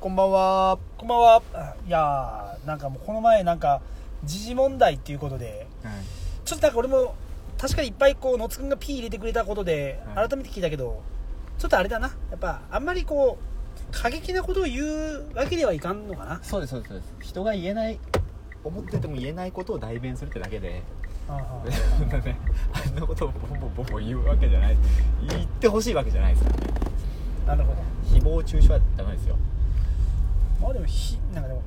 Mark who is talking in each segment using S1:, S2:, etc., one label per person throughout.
S1: こんばんは。
S2: こんばんは。いやー、なんかもうこの前、なんか、時事問題っていうことで、ちょっとなんか俺も、確かにいっぱいこう、野津くんが P 入れてくれたことで、
S1: は
S2: 改
S1: い
S2: めて聞いたけど、ちょっとあれだな。やっぱ、あんまりこう、過激なことを言うわけではいかんのかな。
S1: そうです、そうです、そうです。人が言えない、思ってても言えないことを代弁するってだけで、
S2: あ
S1: そんなね、あんなことをボンボンボンボン言うわけじゃない。言ってほしいわけじゃないですからね。
S2: あ なるほど。
S1: 誹謗中傷はダメですよ。
S2: まあでも、ひ、なんかでも、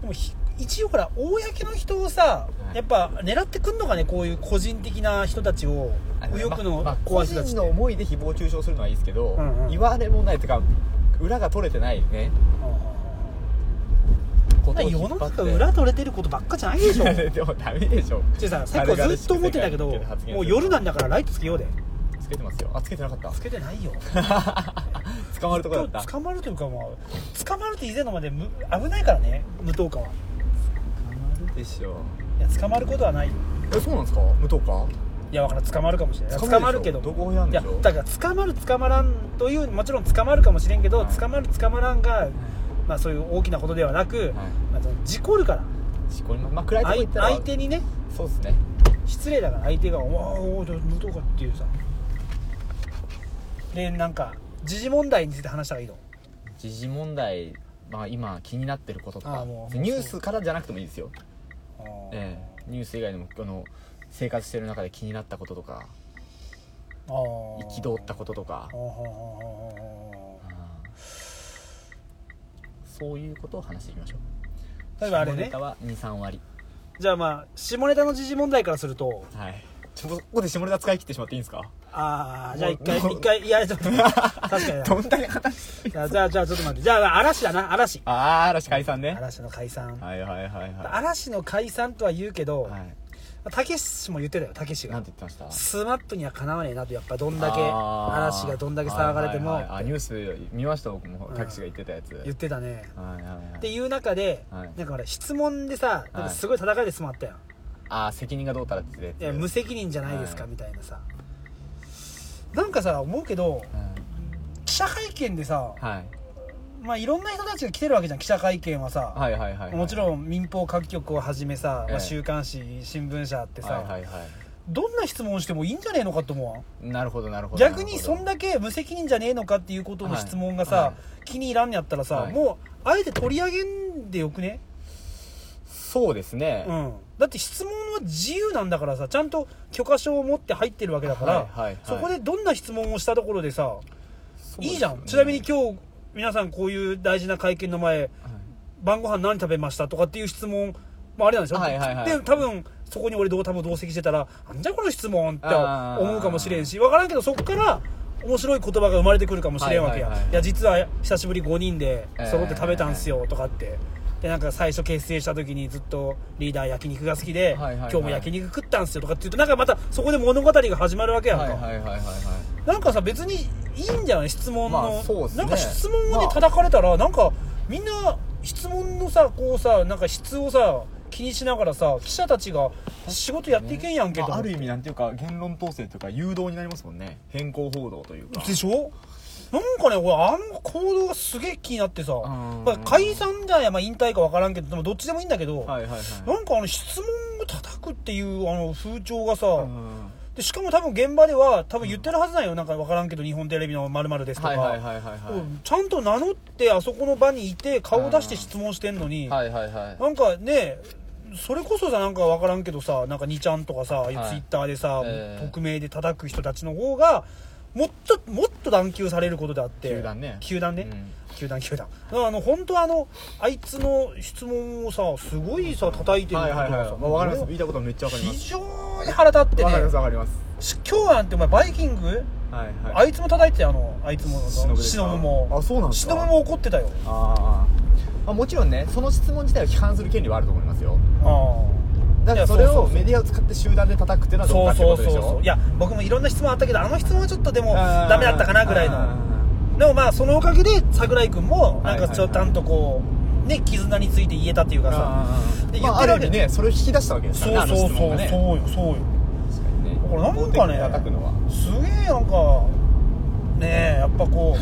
S2: でもひ、一応ほら、公の人をさ、
S1: い
S2: やっぱ狙ってくんのかね、こういう個人的な人たちを、右翼
S1: まあまあ
S2: の
S1: 個
S2: 怖い人たち
S1: 人
S2: って。
S1: の思いで誹謗中傷するのはいいですけど、
S2: うんうん
S1: 言われもないというか、裏が取れてないね。
S2: うんうんうん
S1: ことを引
S2: 世
S1: っ
S2: の
S1: 張っ
S2: 中
S1: て
S2: 裏取れてることばっかじゃないでしょ
S1: いや でもダメでしょ。
S2: ちささっきからずっと思ってたけど
S1: 軽々しく世界に向けて発言する
S2: もう夜なんだからライトつけようで
S1: つけてますよ。あ、つけてなかった。
S2: つけてないよ
S1: 捕まるとこだった。
S2: 捕まるというかまあ捕まるって以前のまでむ危ないからね無党化は
S1: 捕まるでしょ。
S2: いや捕まることはないよ
S1: えそうなんですか無党か
S2: いやわからん捕まるかもしれない
S1: 捕まるで
S2: 捕
S1: しょ
S2: まるけど
S1: どこやん
S2: い
S1: で
S2: や
S1: しょ
S2: だから捕まる捕まらんというもちろん捕まるかもしれんけど、
S1: はい
S2: 捕まる捕まらんが、まあ、そういう大きなことではなく、まあその事故るから
S1: しこりままあ暗いとこ行
S2: 相
S1: ったら
S2: 相手にね
S1: そうですね
S2: 失礼だから相手が「おおー無党化」っていうさでなんか時事問題について話した方がいいの
S1: 時事問題まあ今気になってることと
S2: あ
S1: か
S2: もう
S1: ニュースからじゃなくてもいいですよ、
S2: あー
S1: ええニュース以外でもあの生活してる中で気になったこととか
S2: あー
S1: 憤ったこととか
S2: あーほんほんほんほんほん
S1: あーそういうことを話していきましょう
S2: 例えばあれね
S1: 下ネタは23割
S2: じゃあまあ下ネタの時事問題からすると
S1: はいちょっとここで下ネタ使い切ってしまっていいんですか
S2: ああじゃあ一回
S1: もう
S2: 一回いやちょ っと確かにな
S1: どんだけ話して
S2: じゃあじゃあじゃあちょっと待ってじゃあ嵐だな嵐
S1: ああ嵐解散ね
S2: 嵐の解散
S1: はいはいはいは
S2: 嵐の解散とは言うけど
S1: いはい
S2: たけしも言ってたよたけし
S1: なん
S2: が
S1: て言ってました
S2: スマップにはかなわねえなとやっぱどんだけ
S1: あー
S2: 嵐がどんだけ騒がれて
S1: は
S2: も
S1: いはいはいあニュース見ました僕も
S2: うん
S1: タクシーが言ってたやつ、はい
S2: 言ってたね
S1: はいはい、
S2: っていう中で
S1: はい
S2: なんかほら質問でさなんかすごい戦いで済まったやん
S1: ああ責任がどうたらって言っ
S2: い
S1: て
S2: や
S1: たやつ
S2: 無責任じゃないですか
S1: はい
S2: みたいなさなんかさ思うけど記者会見でさ
S1: うんはい
S2: まあいろんな人たちが来てるわけじゃん記者会見はさ
S1: はいはいはい
S2: もち
S1: ん
S2: ろん民放各局をはじめさ
S1: え
S2: まあ
S1: え
S2: 週刊誌新聞社って
S1: はいは
S2: さ
S1: いは
S2: どんな質問をしてもいいんじゃねえのかと思わん
S1: いなるほどなるほど
S2: 逆にそん
S1: な
S2: だけ無責任じゃねえのかっていうことの質問が
S1: はい
S2: さ
S1: は
S2: 気に入らんのやったらさ
S1: はい
S2: もうあえて取り上げんでよくね
S1: そうですね、
S2: う
S1: はい
S2: ん、だって質問は自由なんだからさちゃんと許可証を持って入ってるわけだから、
S1: はいはい
S2: そこでどんな質問をしたところでさ、
S1: そうですね
S2: いいじゃんちなみに今日皆さんこういう大事な会見の前晩ご飯何食べましたとかっていう質問まああれなんでしょ、
S1: はいはいはい
S2: で多分そこに俺どう多分同席してたらなんじゃこの質問って
S1: あー
S2: 思うかもしれんし分からんけどそこから面白い言葉が生まれてくるかもしれんわけや、
S1: はいいはいはい
S2: や実は久しぶり5人で揃って
S1: えー
S2: 食べたんすよとかって、でなんか最初結成した時にずっとリーダー焼肉が好きで、
S1: はいはいは
S2: 今
S1: い
S2: 日も焼肉食ったんすよとかって言うとなんかまたそこで物語が始まるわけやんか、
S1: はいはいはいはいは
S2: なんかさ別にいいんじゃない質問の、
S1: まあそうっすね
S2: なんか質問を
S1: ま
S2: ね
S1: あ
S2: 叩かれたら、なんかみんな質問のさこうさなんか質をさ気にしながらさ記者たちが仕事やっていけんやん
S1: い、
S2: け
S1: ま
S2: ど、
S1: あ、ある意味なんていうか言論統制というか誘導になりますもんね変更報道というか
S2: でしょなんかね俺あの行動がすげえ気になってさ、
S1: ん
S2: まあ解散じゃや、まあ、引退か分からんけどでもどっちでもいいんだけど、
S1: はいはいはい
S2: なんかあの質問を叩くっていうあの風潮がさ、
S1: うん
S2: でしかも多分現場では多分言ってるはずなんよなんか分からんけど日本テレビの〇〇ですとか、
S1: はいはいはいはいは
S2: うんちゃんと名乗ってあそこの場にいて顔を出して質問してんのに、
S1: いはいはいはい
S2: なんかねそれこそさなんか分からんけどさなんか2ちゃんとかさ、ああいう
S1: はい
S2: ツイッターでさ、
S1: ええ
S2: 匿名で叩く人たちの方がもっともっと断球されることであって
S1: 球団ね
S2: 球団ね、
S1: うん
S2: 球団球団だからあの本当あのあいつの質問をさすごいさ叩いてる
S1: は
S2: こ
S1: い
S2: と
S1: はいはい、
S2: が
S1: ま
S2: さ
S1: あ、分かります言いたことはめっちゃ分かります
S2: 非常に腹立って
S1: わ
S2: ね
S1: かりますわかります
S2: し今日なんてお前バイキング
S1: はいはい
S2: あいつも叩いてたよあのあいつもの
S1: 忍ですか
S2: 忍も
S1: あそうなんですか
S2: 忍も怒ってたよ
S1: あーまあもちろんねその質問自体を批判する権利はあると思いますよ
S2: あ
S1: だ
S2: い
S1: か
S2: や
S1: らそれ
S2: そうそう
S1: を
S2: そう
S1: メディアを使って集団で叩くっていうの
S2: あ
S1: はど
S2: そ
S1: うか
S2: う
S1: って
S2: そ
S1: こ
S2: うそうそ
S1: とでしょ
S2: ういや僕もいろんな質問あったけどあの質問はちょっとでもダメだったかなぐらいのでもまあそのおかげで桜井君もなんかちょっとちゃんとこうね絆について言えたっていうかさで
S1: で
S2: 言
S1: ま
S2: っ
S1: あ
S2: て
S1: あ
S2: るわ
S1: る意
S2: け
S1: 味ねそれを引き出したわけです
S2: そ
S1: か
S2: う
S1: らね
S2: そうそう
S1: あの質問
S2: そう
S1: がね
S2: よそうよ
S1: 確かにね
S2: だからなんかね
S1: 一方的に叩くのは
S2: すげえなんかねえやっぱこ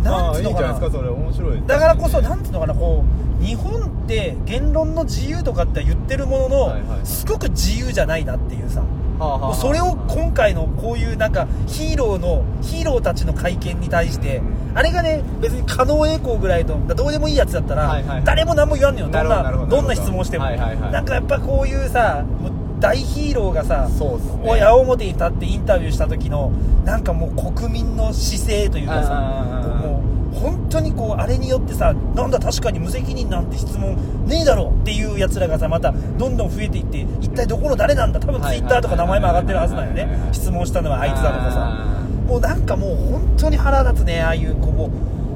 S2: う なんつう
S1: いい
S2: の
S1: んじ
S2: か
S1: ゃな
S2: な
S1: いですかそれ面白い
S2: だからこそなんていうのかなこう日本って言論の自由とかって言ってるものの、
S1: はいはい
S2: すごく自由じゃないなっていうさ
S1: はあはあはあ
S2: それを今回のこういうなんかヒーローのヒーローたちの会見に対して、
S1: う
S2: あれがね別に狩野英孝ぐらいのどうでもいいやつだったら、
S1: はいはい
S2: 誰も何も言わんのよどんな
S1: なるほどなるほど
S2: どんな質問しても、
S1: はいはいはい
S2: なんかやっぱこういうさもう大ヒーローがさ
S1: そうっすね
S2: こう矢面に立ってインタビューした時のなんかもう国民の姿勢というかさ
S1: うんうんうんうん
S2: こうもう本当にこうあれによってさなんだ確かに無責任なんて質問ねえだろっていうやつらがさまたどんどん増えていって一体どこの誰なんだ多分ツイッターとか名前も上がってるはずなんよ
S1: はいはいはいは
S2: ね
S1: い
S2: 質問したのはあいつだとかさ
S1: あー
S2: もうなんかもう本当に腹立つねああいう子も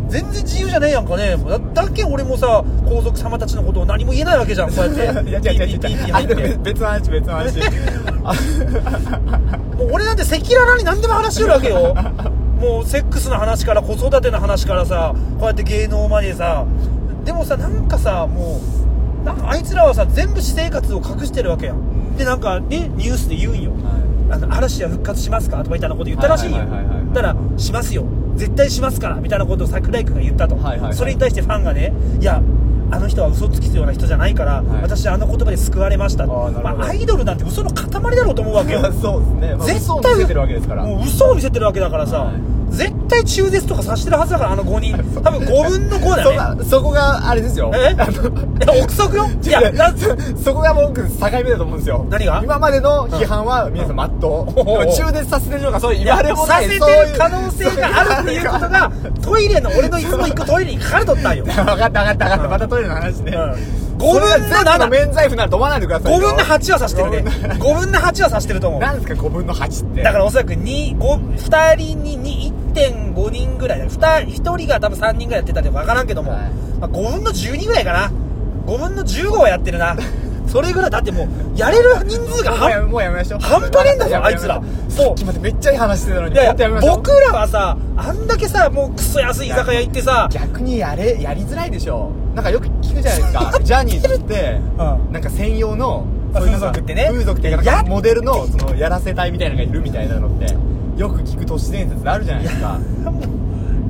S2: 全然自由じゃねえやんかねだだっけ俺もさ皇族様たちのことを何も言えないわけじゃんこうやっ
S1: いや
S2: て
S1: いや違う違う違う
S2: ピーピーピーピー
S1: あ
S2: 入って
S1: 別別の話別の話あ
S2: もう俺なんて赤裸々に何でも話しよるわけよもうセックスの話から子育ての話からさこうやって芸能までさでもさなんかさもうなんかあいつらはさ全部私生活を隠してるわけやんでなんかねニュースで言うんよあの嵐は復活しますかとかみたいなこと言ったらしいんよ
S1: はいはいはいはいはい
S2: だから「しますよ絶対しますから」みたいなことを桜井君が言ったと、
S1: はいはいはい
S2: それに対してファンがね「いやあの人は嘘つきような人じゃないから、
S1: はい
S2: 私あの言葉で救われました」
S1: あーなるほど
S2: まあ、アイドルなんて嘘の塊だろうと思うわ けよ
S1: そうですね、まあ、嘘
S2: 絶
S1: を
S2: 対
S1: 見せてるわけですから
S2: もう嘘を見せてるわけだからさ、
S1: は
S2: 絶対中絶とかさしてるはずだからあの5人多分5分の5だ
S1: そ
S2: よね
S1: こがそこがあれですよ
S2: え
S1: あの
S2: いや憶測 よいやな
S1: そ そこが僕境目だと思うんですよ
S2: 何が
S1: 今までの批判は皆さんまっとう、
S2: うんおうおう
S1: 中絶させてるのがそういう
S2: い
S1: 言わ
S2: や
S1: れ放
S2: さ
S1: 題
S2: せてる
S1: そういう
S2: 可能 性があるっていうことがトイレの俺のいつも行くトイレに書かれとったんよ
S1: 分かった分かった分かったまたトイレの話ね、
S2: うん
S1: 5
S2: 5分の
S1: の免罪符なんて思わないでください
S2: 5
S1: よ
S2: 分の8はさしてるね
S1: 5分の
S2: 5分の8はさしてると思う
S1: なんですか5分の8って
S2: だからおそらく2 2人にに1.5人ぐらいだ2 1人が多分3人ぐらいやってたって分からんけども、
S1: はい
S2: まあ、5分の12ぐらいかな5分の15はやってるなそれぐらいだってもうやれる人数が
S1: もうや
S2: 半
S1: もうやめましょう
S2: 半端ねえんだぞ
S1: やめ
S2: あいつら
S1: やめましょ
S2: そ
S1: う
S2: う
S1: さっきまでめっちゃいい話してたのに
S2: いや
S1: 本
S2: い
S1: 当や
S2: や
S1: めましょう
S2: 僕らはさあんだけさもうクソ安い居酒屋行ってさ
S1: 逆にやれやりづらいでしょなんかよく聞くじゃ ないですかジャニーズって、
S2: う
S1: なんか専用の
S2: あ
S1: そういうなんか
S2: 風俗ってね
S1: 風俗っていうか
S2: や
S1: なんかモデルのそのやらせ隊みたいなのがいるみたいなのってよく聞く都市伝説あるじゃないですか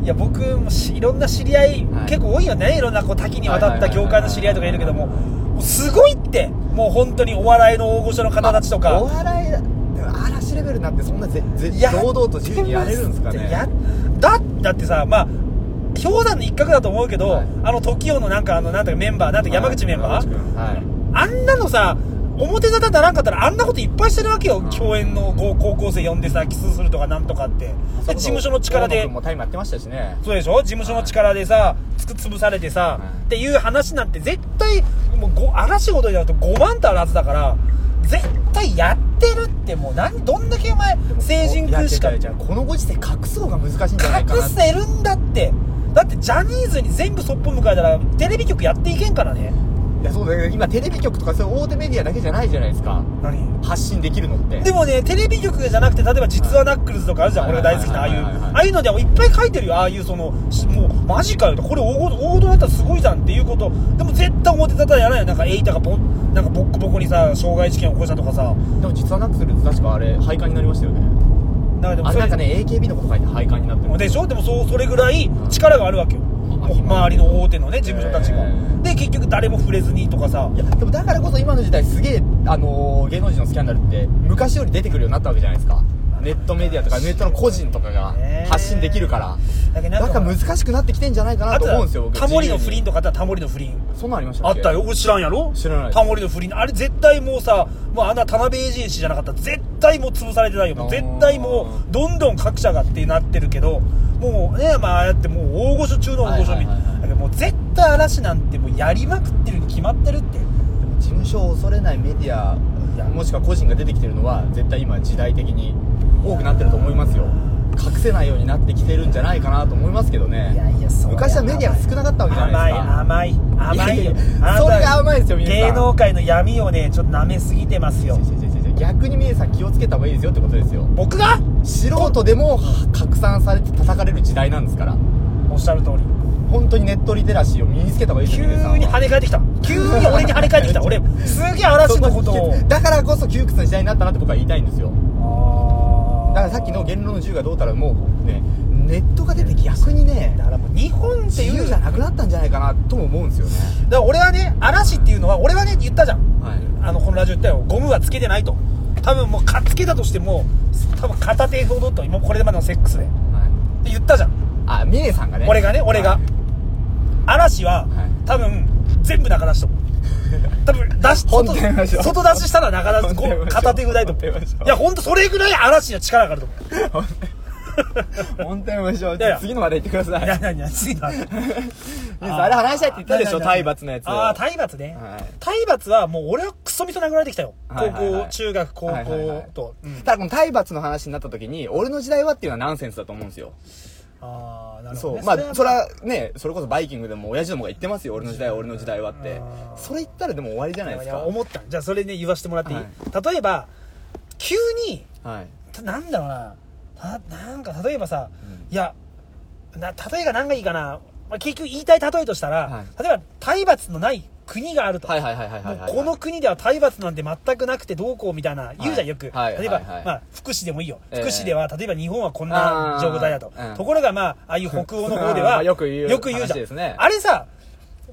S2: いや僕もしいろんな知り合い、
S1: はい
S2: 結構多いよねいろんなこう多岐にわたった
S1: はいはいはいはい
S2: 業界の知り合いとかいるけどももうすごいってもう本当にお笑いの大御所の方たちとか、
S1: まあお笑いでも嵐レベルになってそんなぜぜ
S2: や
S1: 堂々と自由にやれるんですかね
S2: やだだってさまあ氷山の一角だと思うけど、
S1: はい
S2: あの TOKIO のなんかあのなんていうかメンバーなんていうか山口メンバー、
S1: はい
S2: あんなのさ表沙汰にならんかったらあんなこといっぱいしてるわけよ、
S1: うん
S2: 共演の高高校生呼んでさキスするとかなんとかってで事務所の力
S1: 大野
S2: で
S1: 君もタイムやってましたしね
S2: そうでしょ事務所の力でさ、つく潰されてさ、
S1: はい
S2: っていう話なんて絶対もうご嵐ごとになると5万とあるはずだから絶対やってるってもう何どんだけお前成人君しか
S1: いや違う違う違うこのご時世隠す方が難しいんじゃないか
S2: 隠
S1: なって
S2: せるんだってだってジャニーズに全部そっぽ向かえたらテレビ局やっていけんからね
S1: いやそうだけど今テレビ局とかそういう大手メディアだけじゃないじゃないですか
S2: 何
S1: 発信できるのって
S2: でもねテレビ局じゃなくて例えば「実はナックルズ」とかあるじゃん
S1: はい
S2: 俺が大好きなああ
S1: はいいうはいはいはい
S2: ああいうのでもいっぱい書いてるよああいうそのしもうマジかよとこれ大ご大事だったらすごいじゃんっていうことでも絶対表沙汰やらないよなんかエイタがボなんかボッコボコにさ傷害事件起こしたとかさ
S1: でも実はなくすると確かあれ廃刊になりましたよね
S2: なんかでも
S1: あ
S2: それ
S1: なんかね AKB のこと書いて廃刊になってる
S2: でしょでもそうそれぐらい力があるわけよもう周りの大手のね事務所たちが
S1: へー
S2: で結局誰も触れずにとかさ
S1: いやでもだからこそ今の時代すげえ、あのー芸能人のスキャンダルって昔より出てくるようになったわけじゃないですかネットメディアとかネットの個人とかが
S2: ね
S1: 発信できるから
S2: だけどな
S1: だ
S2: ん
S1: か
S2: から
S1: 難しくなってきてんじゃないかな
S2: あ
S1: と
S2: と
S1: 思うんですよ
S2: は
S1: 僕
S2: タモリの不倫
S1: と
S2: とかあったらタモリの不倫
S1: そんなんありました
S2: あ
S1: け
S2: ったよ俺知らんやろ
S1: 知らないです
S2: タモリの不倫あれ絶対もうさもうあんな田辺エージェンシーじゃなかったら絶対もう潰されてないよもう
S1: あー
S2: 絶対もうどんどん各社がってなってるけどもうねまあああやってもう大御所中の大御所みたい
S1: はいはいはいはい
S2: だけどもう絶対嵐なんてもうやりまくってるに決まってるって
S1: 事務所を恐れないメディアもしくは個人が出てきてるのは絶対今時代的に多くなってると思いますよ隠せないようになってきてるんじゃないかなと思いますけどね
S2: いやいやそれは
S1: 昔はメディアが少なかったわけじゃ
S2: 甘
S1: ない
S2: い
S1: ですか
S2: 甘い甘いよ
S1: いやいや
S2: あなた
S1: それが甘いですよ皆さん
S2: 芸能界の闇をねちょっと舐めすぎてますよ
S1: 違う違う違う違う逆に皆さん気をつけた方がいいですよってことですよ
S2: 僕が
S1: 素人でも拡散されて叩かれる時代なんですから
S2: おっしゃる通り
S1: 本当にネットリテラシーを身につけた方がいいです
S2: 急
S1: よ
S2: に
S1: 皆さんは
S2: 跳ね返ってきた急に俺に跳ね返ってきた俺すげえ嵐のことを
S1: だからこそ窮屈な時代になったなって僕は言いたいんですよ
S2: あー
S1: だからさっきの言論の自由がどうたらもうねネットが出て逆にね
S2: だからもう日本って
S1: 自
S2: いう
S1: 由じゃなくなったんじゃないかなとも思うんですよね
S2: だから俺はね嵐っていうのは俺はね言ったじゃん
S1: はい
S2: あのこのラジオ言ったよゴムはつけてないと多分もうかつけたとしても多分片手ほどと今これまでのセックスでって
S1: はい
S2: 言ったじゃん
S1: あミネさんがね
S2: 俺がね俺が、
S1: はい
S2: 嵐は、
S1: はい
S2: 多分全部中出しと思う多分出し
S1: 本当にやりましょ
S2: 外
S1: う
S2: 外出ししたら中出し
S1: 本当にやり
S2: こ
S1: ま
S2: う
S1: しょう
S2: 片手ぐらいと思う
S1: 本当にやりましょう
S2: いや本当それぐらい嵐には力があると思う
S1: 本当に無償
S2: いやいや
S1: 次の話題行ってください
S2: いやいやいや次だ
S1: ミネさんあれ話したいって言ったでしょ体罰のやつ
S2: ああ体罰ね、
S1: はい
S2: 体罰はもう俺はクソみそ殴られてきたよ、
S1: はいはいはい
S2: 高校中学高校と、
S1: はいはいはい
S2: うん
S1: ただこの体罰の話になった時に俺の時代はっていうのはナンセンスだと思うんですよ
S2: ああなるほ
S1: そ
S2: ど、
S1: う、
S2: ね、
S1: まあそれ
S2: は
S1: はねそれこそバイキングでも親父どもが言ってますよ俺の時代は俺の時代はって
S2: あー
S1: それ言ったらでも終わりじゃないで
S2: い
S1: す
S2: や
S1: か
S2: 思ったじゃあそれね言わせてもらっていい、
S1: は
S2: 例えば急に
S1: はい
S2: たなんだろうなたなんか例えばさ、いやな例えが何がいいかな、まあ、結局言いたい例えとしたら、
S1: はい
S2: 例えば体罰のない国があると、
S1: はいはいはいはいはいはい
S2: もうこの国では体罰なんて全くなくてどうこうみたいな言うじゃんよく、
S1: はい
S2: 例えば、
S1: はいはい
S2: まあ、福祉でもいいよ、
S1: ええ
S2: 福祉では例えば日本はこんな状態だと、
S1: あーうん
S2: ところがまあああいう北欧の方で
S1: ま
S2: は
S1: あよく言う
S2: じゃ
S1: 話
S2: ん、
S1: ですね
S2: あれさ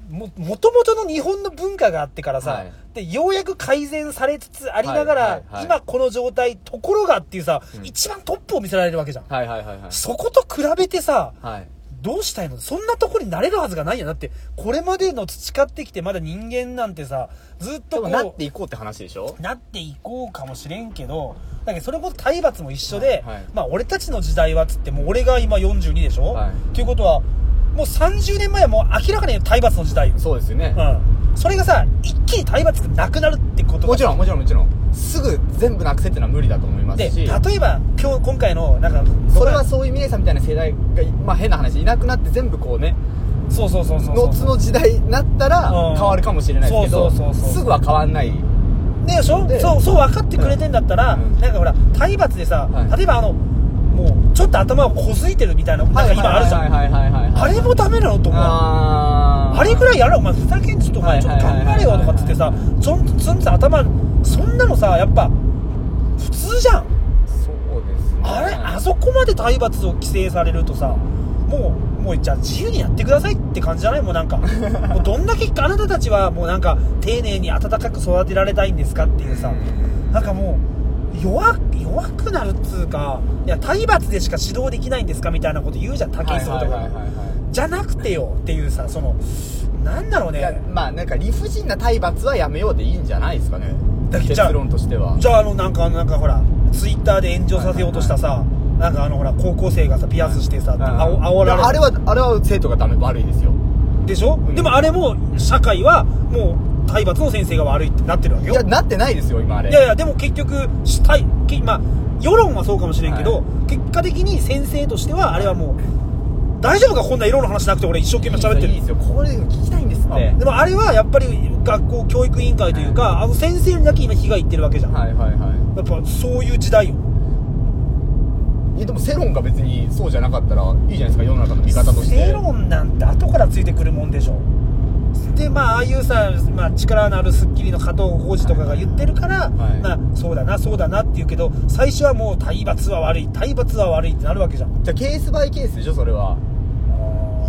S2: ももともとの日本の文化があってからさ、
S1: はい
S2: でようやく改善されつつありながら、
S1: はいはいはい
S2: 今この状態ところがっていうさ、
S1: ん
S2: 一番トップを見せられるわけじゃん、
S1: はいはいはいはい
S2: そこと比べてさ、
S1: はい
S2: どうしたいのそんなとこになれるはずがないやんだってこれまでの培ってきてまだ人間なんてさずっ
S1: で
S2: とこ
S1: も
S2: う
S1: なっていこうって話でしょ
S2: なっていこうかもしれんけどだけどそれこそ体罰も一緒で、
S1: はいはい
S2: まあ俺たちの時代はっつってもう俺が今42でしょ、
S1: はい
S2: ということはもう30年前はもう明らかに体罰の時代よ、
S1: そうですよね
S2: うん、それがさ一気に体罰がなくなるってことが
S1: もちろんもちろんもちろんすぐ全部なくせっていうのは無理だと思いま
S2: です
S1: し
S2: 例えば今日今回のなんか
S1: それはそういうミネさんみたいな世代が、まあ、変な話いなくなって全部こうね
S2: そうそうそうそうそ
S1: ノ
S2: う
S1: ツの時代になったら
S2: うん
S1: 変わるかもしれないですけど
S2: そうそうそうそう
S1: すぐは変わんない
S2: ねでしょ
S1: で
S2: そうそう分かってくれてんだったら、
S1: うん
S2: なんかほら体罰でさ、
S1: はい
S2: 例えばあのもうちょっと頭をこすいてるみたいななんか今あるじゃん、
S1: はいはいはいはいはいはい
S2: あれもダメなのと思う
S1: あー
S2: あれぐらいやれよお前ふざけんちょっとお前
S1: はい
S2: ちょ
S1: は
S2: っ
S1: い
S2: と
S1: はい
S2: 頑張れよとかっつってさちょんつんつん頭そんなのさやっぱ普通じゃん
S1: そうですね
S2: あれあそこまで体罰を規制されるとさもうもうじゃあ自由にやってくださいって感じじゃないもうなん かもうどんだけあなたたちはもうなんか丁寧に温かく育てられたいんですかっていうさ
S1: うん
S2: なんかもう弱弱くなるっつうかいや体罰でしか指導できないんですかみたいなこと言うじゃん武井壮と
S1: はいは
S2: か
S1: いはいはいは
S2: じゃなくてよっていうさそのなんだろう
S1: いい
S2: ね
S1: やまあなんか理不尽な体罰はやめようでいいんじゃないですかね
S2: だけどじゃあ
S1: 結論としては
S2: じゃああのなんかなんかほらツイッターで炎上させようとしたさ、なんかあのほら高校生がさピアスしてさ、あお煽られ
S1: い
S2: る
S1: やあれはあれは生徒がダメ悪いですよ
S2: でしょ、
S1: ん
S2: でもあれも社会はもう体罰の先生が悪いってなってるわけ
S1: い
S2: よい
S1: や
S2: や
S1: なってないですよ今あれ
S2: いやでも結局したいけまあ世論はそうかもしれんけど、
S1: はい
S2: 結果的に先生としてはあれはもう大丈夫かこんな世論の話しなくて俺一生懸命喋ってる
S1: いいですよいいですよこれ聞きたいんですって
S2: でもあれはやっぱり学校教育委員会というか、あの先生にだけ今被害いってるわけじゃん、
S1: はいはいはい
S2: やっぱそういう時代よ
S1: いやでも世論が別にそうじゃなかったらいいじゃないですか世の中の見方として
S2: セロンなんて後からついてくるもんでしょでまあああいうさ、まあ、力のある『スッキリ』の加藤浩次とかが言ってるから、
S1: はい
S2: まあ、そうだなそうだなって言うけど最初はもう体罰は悪い体罰は悪いってなるわけじゃん
S1: じゃあケースバイケースでしょそれは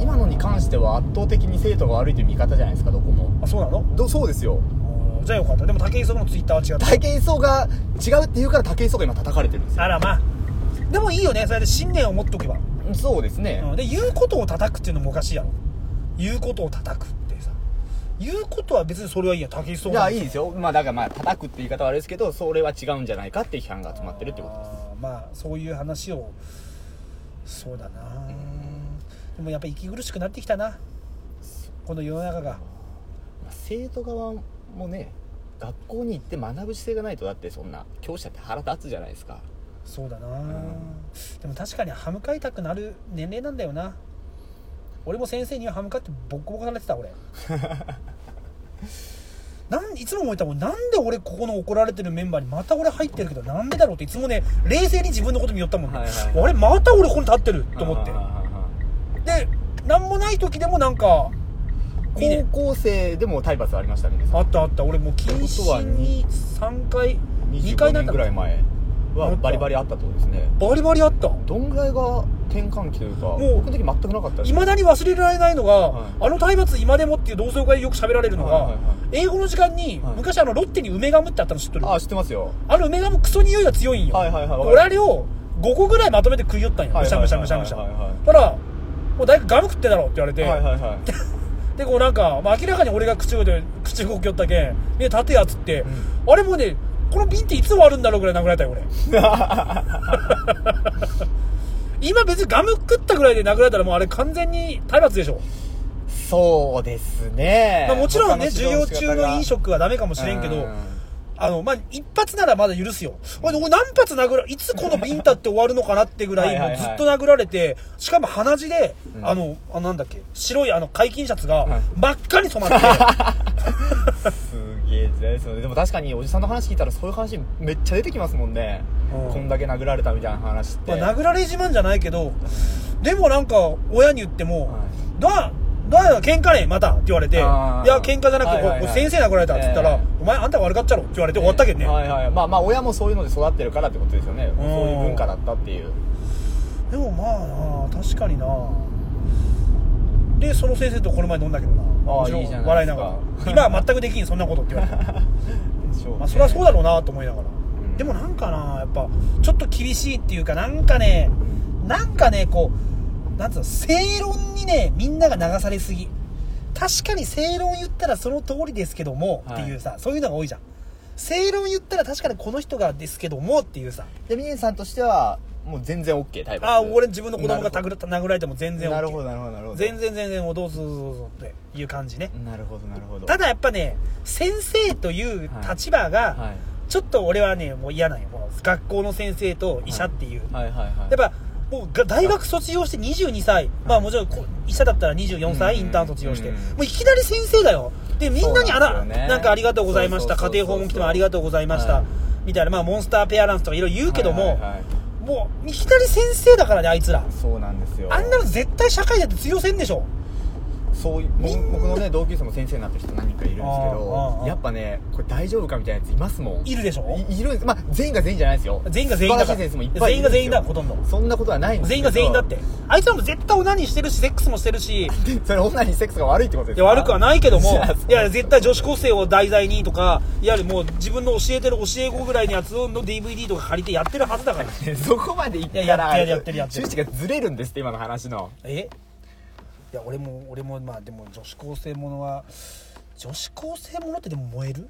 S1: 今のに関しては圧倒的に生徒が悪いという見方じゃないですかどこも
S2: あそうなの
S1: どそうですよ
S2: あーじゃあよかったでも武井壮のツイッターは違っ
S1: 武井壮が違うって言うから武井壮が今叩かれてるんです
S2: たあ
S1: よ
S2: らまあでもいいよねそれで信念を持っとけば、
S1: そうですね、
S2: うんで言うことを叩くっていうのもおかしいやろ言うことを叩くってさ言うことは別にそれはいいや武井壮
S1: いやいいですよまあだからまあ叩くって言い方はあれですけどそれは違うんじゃないかっていう批判が集まってるってことです
S2: あーまあそういう話をそうだなでもやっぱ息苦しくなってきたなこの世の中が
S1: まあ生徒側もね学校に行って学ぶ姿勢がないとだってそんな教師だって腹立つじゃないですか
S2: そうだな、
S1: ん
S2: でも確かに歯向かいたくなる年齢なんだよな俺も先生には歯向かってボッコボコされてた 俺なんいつも思ったもんなんで俺ここの怒られてるメンバーにまた俺入ってるけどなんでだろうっていつもね冷静に自分のこと見よったもんね、
S1: はいはいは
S2: あれまた俺ここに立ってると思ってで何もない時でもなんかいいね
S1: 高校生でも体罰ありましたね皆さん
S2: あったあった俺もう謹
S1: ってことは
S2: 慎に3回
S1: 25
S2: 2回なっ
S1: 年
S2: た
S1: ぐらい前はバリバリあったってことですね
S2: バリバリあった
S1: どんぐらいが転換期というか
S2: う
S1: 僕の時全くなかったです
S2: いまだに忘れられないのが、
S1: はい
S2: あの体罰今でもっていう同窓会でよく喋られるのが、
S1: はいはいは
S2: 英語の時間に、
S1: はい
S2: 昔あのロッテに梅ガムってあったの知っとる
S1: あ知ってますよ
S2: あの梅ガムクソ匂いが強いんよ。
S1: はいはいはいわかる
S2: 俺あれを5個ぐらいまとめて食いよったんよ。
S1: はい
S2: む
S1: はい
S2: しゃ
S1: はい
S2: むしゃむしゃむしゃ。
S1: はいはいはい
S2: ほら、もう大工ガム食ってだろって言われて、
S1: はいはいはい
S2: で、こうなんか、まあ、明らかに俺が口動いて、口動きよったけん、目立てやつって、あれもうね、この瓶っていつ終わるんだろうぐらい殴られたよ、 俺。今別にガム食ったぐらいで殴られたらもうあれ完全に体罰でしょ。
S1: そうですね
S2: まあ、もちろんね、
S1: 他
S2: 授
S1: 指
S2: 業
S1: 導仕
S2: 中
S1: 方が
S2: の飲食はダメかもしれんけ
S1: う
S2: ど、あの、まあ、一発ならまだ許すよ。俺、俺何発殴ら、いつこのビンタって終わるのかなってぐら、
S1: はいいはいはい
S2: もうずっと殴られて、しかも鼻血で、
S1: うん
S2: あの、あなんだっけ、白いあの、解禁シャツが
S1: はい
S2: 真っ赤に染 まって、
S1: すげえ時代ですよねでも確かにおじさんの話聞いたらそういう話めっちゃ出てきますもんね、
S2: うん
S1: こんだけ殴られたみたいな話って、
S2: まあ、殴られ自慢じゃないけど、でもなんか、親に言っても、
S1: は
S2: どうやどうやら喧嘩ねまたって言われて、い
S1: あー
S2: や、喧嘩じゃなくて、
S1: はいはいはい
S2: こうこう先生殴られたって言ったら、
S1: ええ
S2: お前あんたが悪かっちゃろって言われて終わったけんね。
S1: はいはいまあまあ親もそういうので育ってるからってことですよね、そういう文化だったっていう
S2: でもまあな確かになでその先生とこの前飲んだけどなもちろん
S1: いいじゃな
S2: 笑
S1: いですか
S2: いながら今は全くできんそんなことって言われて まあそれはそうだろうなと思いながら、
S1: ん
S2: でもなんかなやっぱちょっと厳しいっていうかなんかねなんかねこうなんつうの正論にねみんなが流されすぎ確かに正論言ったらその通りですけども、
S1: はい
S2: っていうさそういうのが多いじゃん正論言ったら確かにこの人がですけどもっていうさ
S1: でミネさんとしてはもう全然 OK タイプ
S2: ああ俺自分の子供がたぐら殴られても全然 OK
S1: なるほどなるほどなるほど
S2: 全然全然もうどうぞどうぞどうぞっていう感じね
S1: なるほどなるほど
S2: ただやっぱね先生という立場
S1: は
S2: が
S1: い
S2: ちょっと俺はねもう嫌なんよもう学校の先生と医者っていう、
S1: はいはいはい
S2: やっぱもうが大学卒業して22歳、まあもちろんこ医者だったら24歳、
S1: うん
S2: インターン卒業して、
S1: うん
S2: もういきなり先生だよでみんなに
S1: そ
S2: あ
S1: うなん
S2: ら
S1: ですよね
S2: なんかありがとうございました
S1: そうそうそ
S2: 家
S1: うそう
S2: 庭訪問来てもありがとうございました、
S1: はい
S2: みたいなまあモンスターペアランスとかいろいろ言うけども、
S1: はいはいはい
S2: もういきなり先生だからねあいつら
S1: そうなんですよ
S2: あんなの絶対社会だって通用せんでしょ
S1: そういう
S2: みんな
S1: 僕のね同級生も先生になってる人何人かいるんですけ
S2: あーあ
S1: ど
S2: ー
S1: やっぱねこれ大丈夫かみたいなやついますもん
S2: いるでしょ
S1: いいるんですまあ全員が全員じゃないですよ
S2: 全員が全員だから
S1: 素晴らしい先生もいっぱいいるんですよ
S2: 全員が全員だほとんど
S1: そんなことはないんですけ
S2: 全員
S1: ど
S2: が全員だってあいつらも絶対オナニーしてるしセックスもしてる し
S1: それ女にセックスが悪いってことです
S2: で悪くはないけども
S1: いや
S2: いや絶対女子高生を題材にとかいやもう自分の教えてる教え子ぐらいのやつをの DVD とか借りてやってるはずだから
S1: そこまで言った
S2: いやや
S1: ら
S2: ってるやってるやってる
S1: 趣旨がずれるんですって今の話の
S2: えいや俺も俺もまあでも女子高生ものは女子高生ものってでも燃える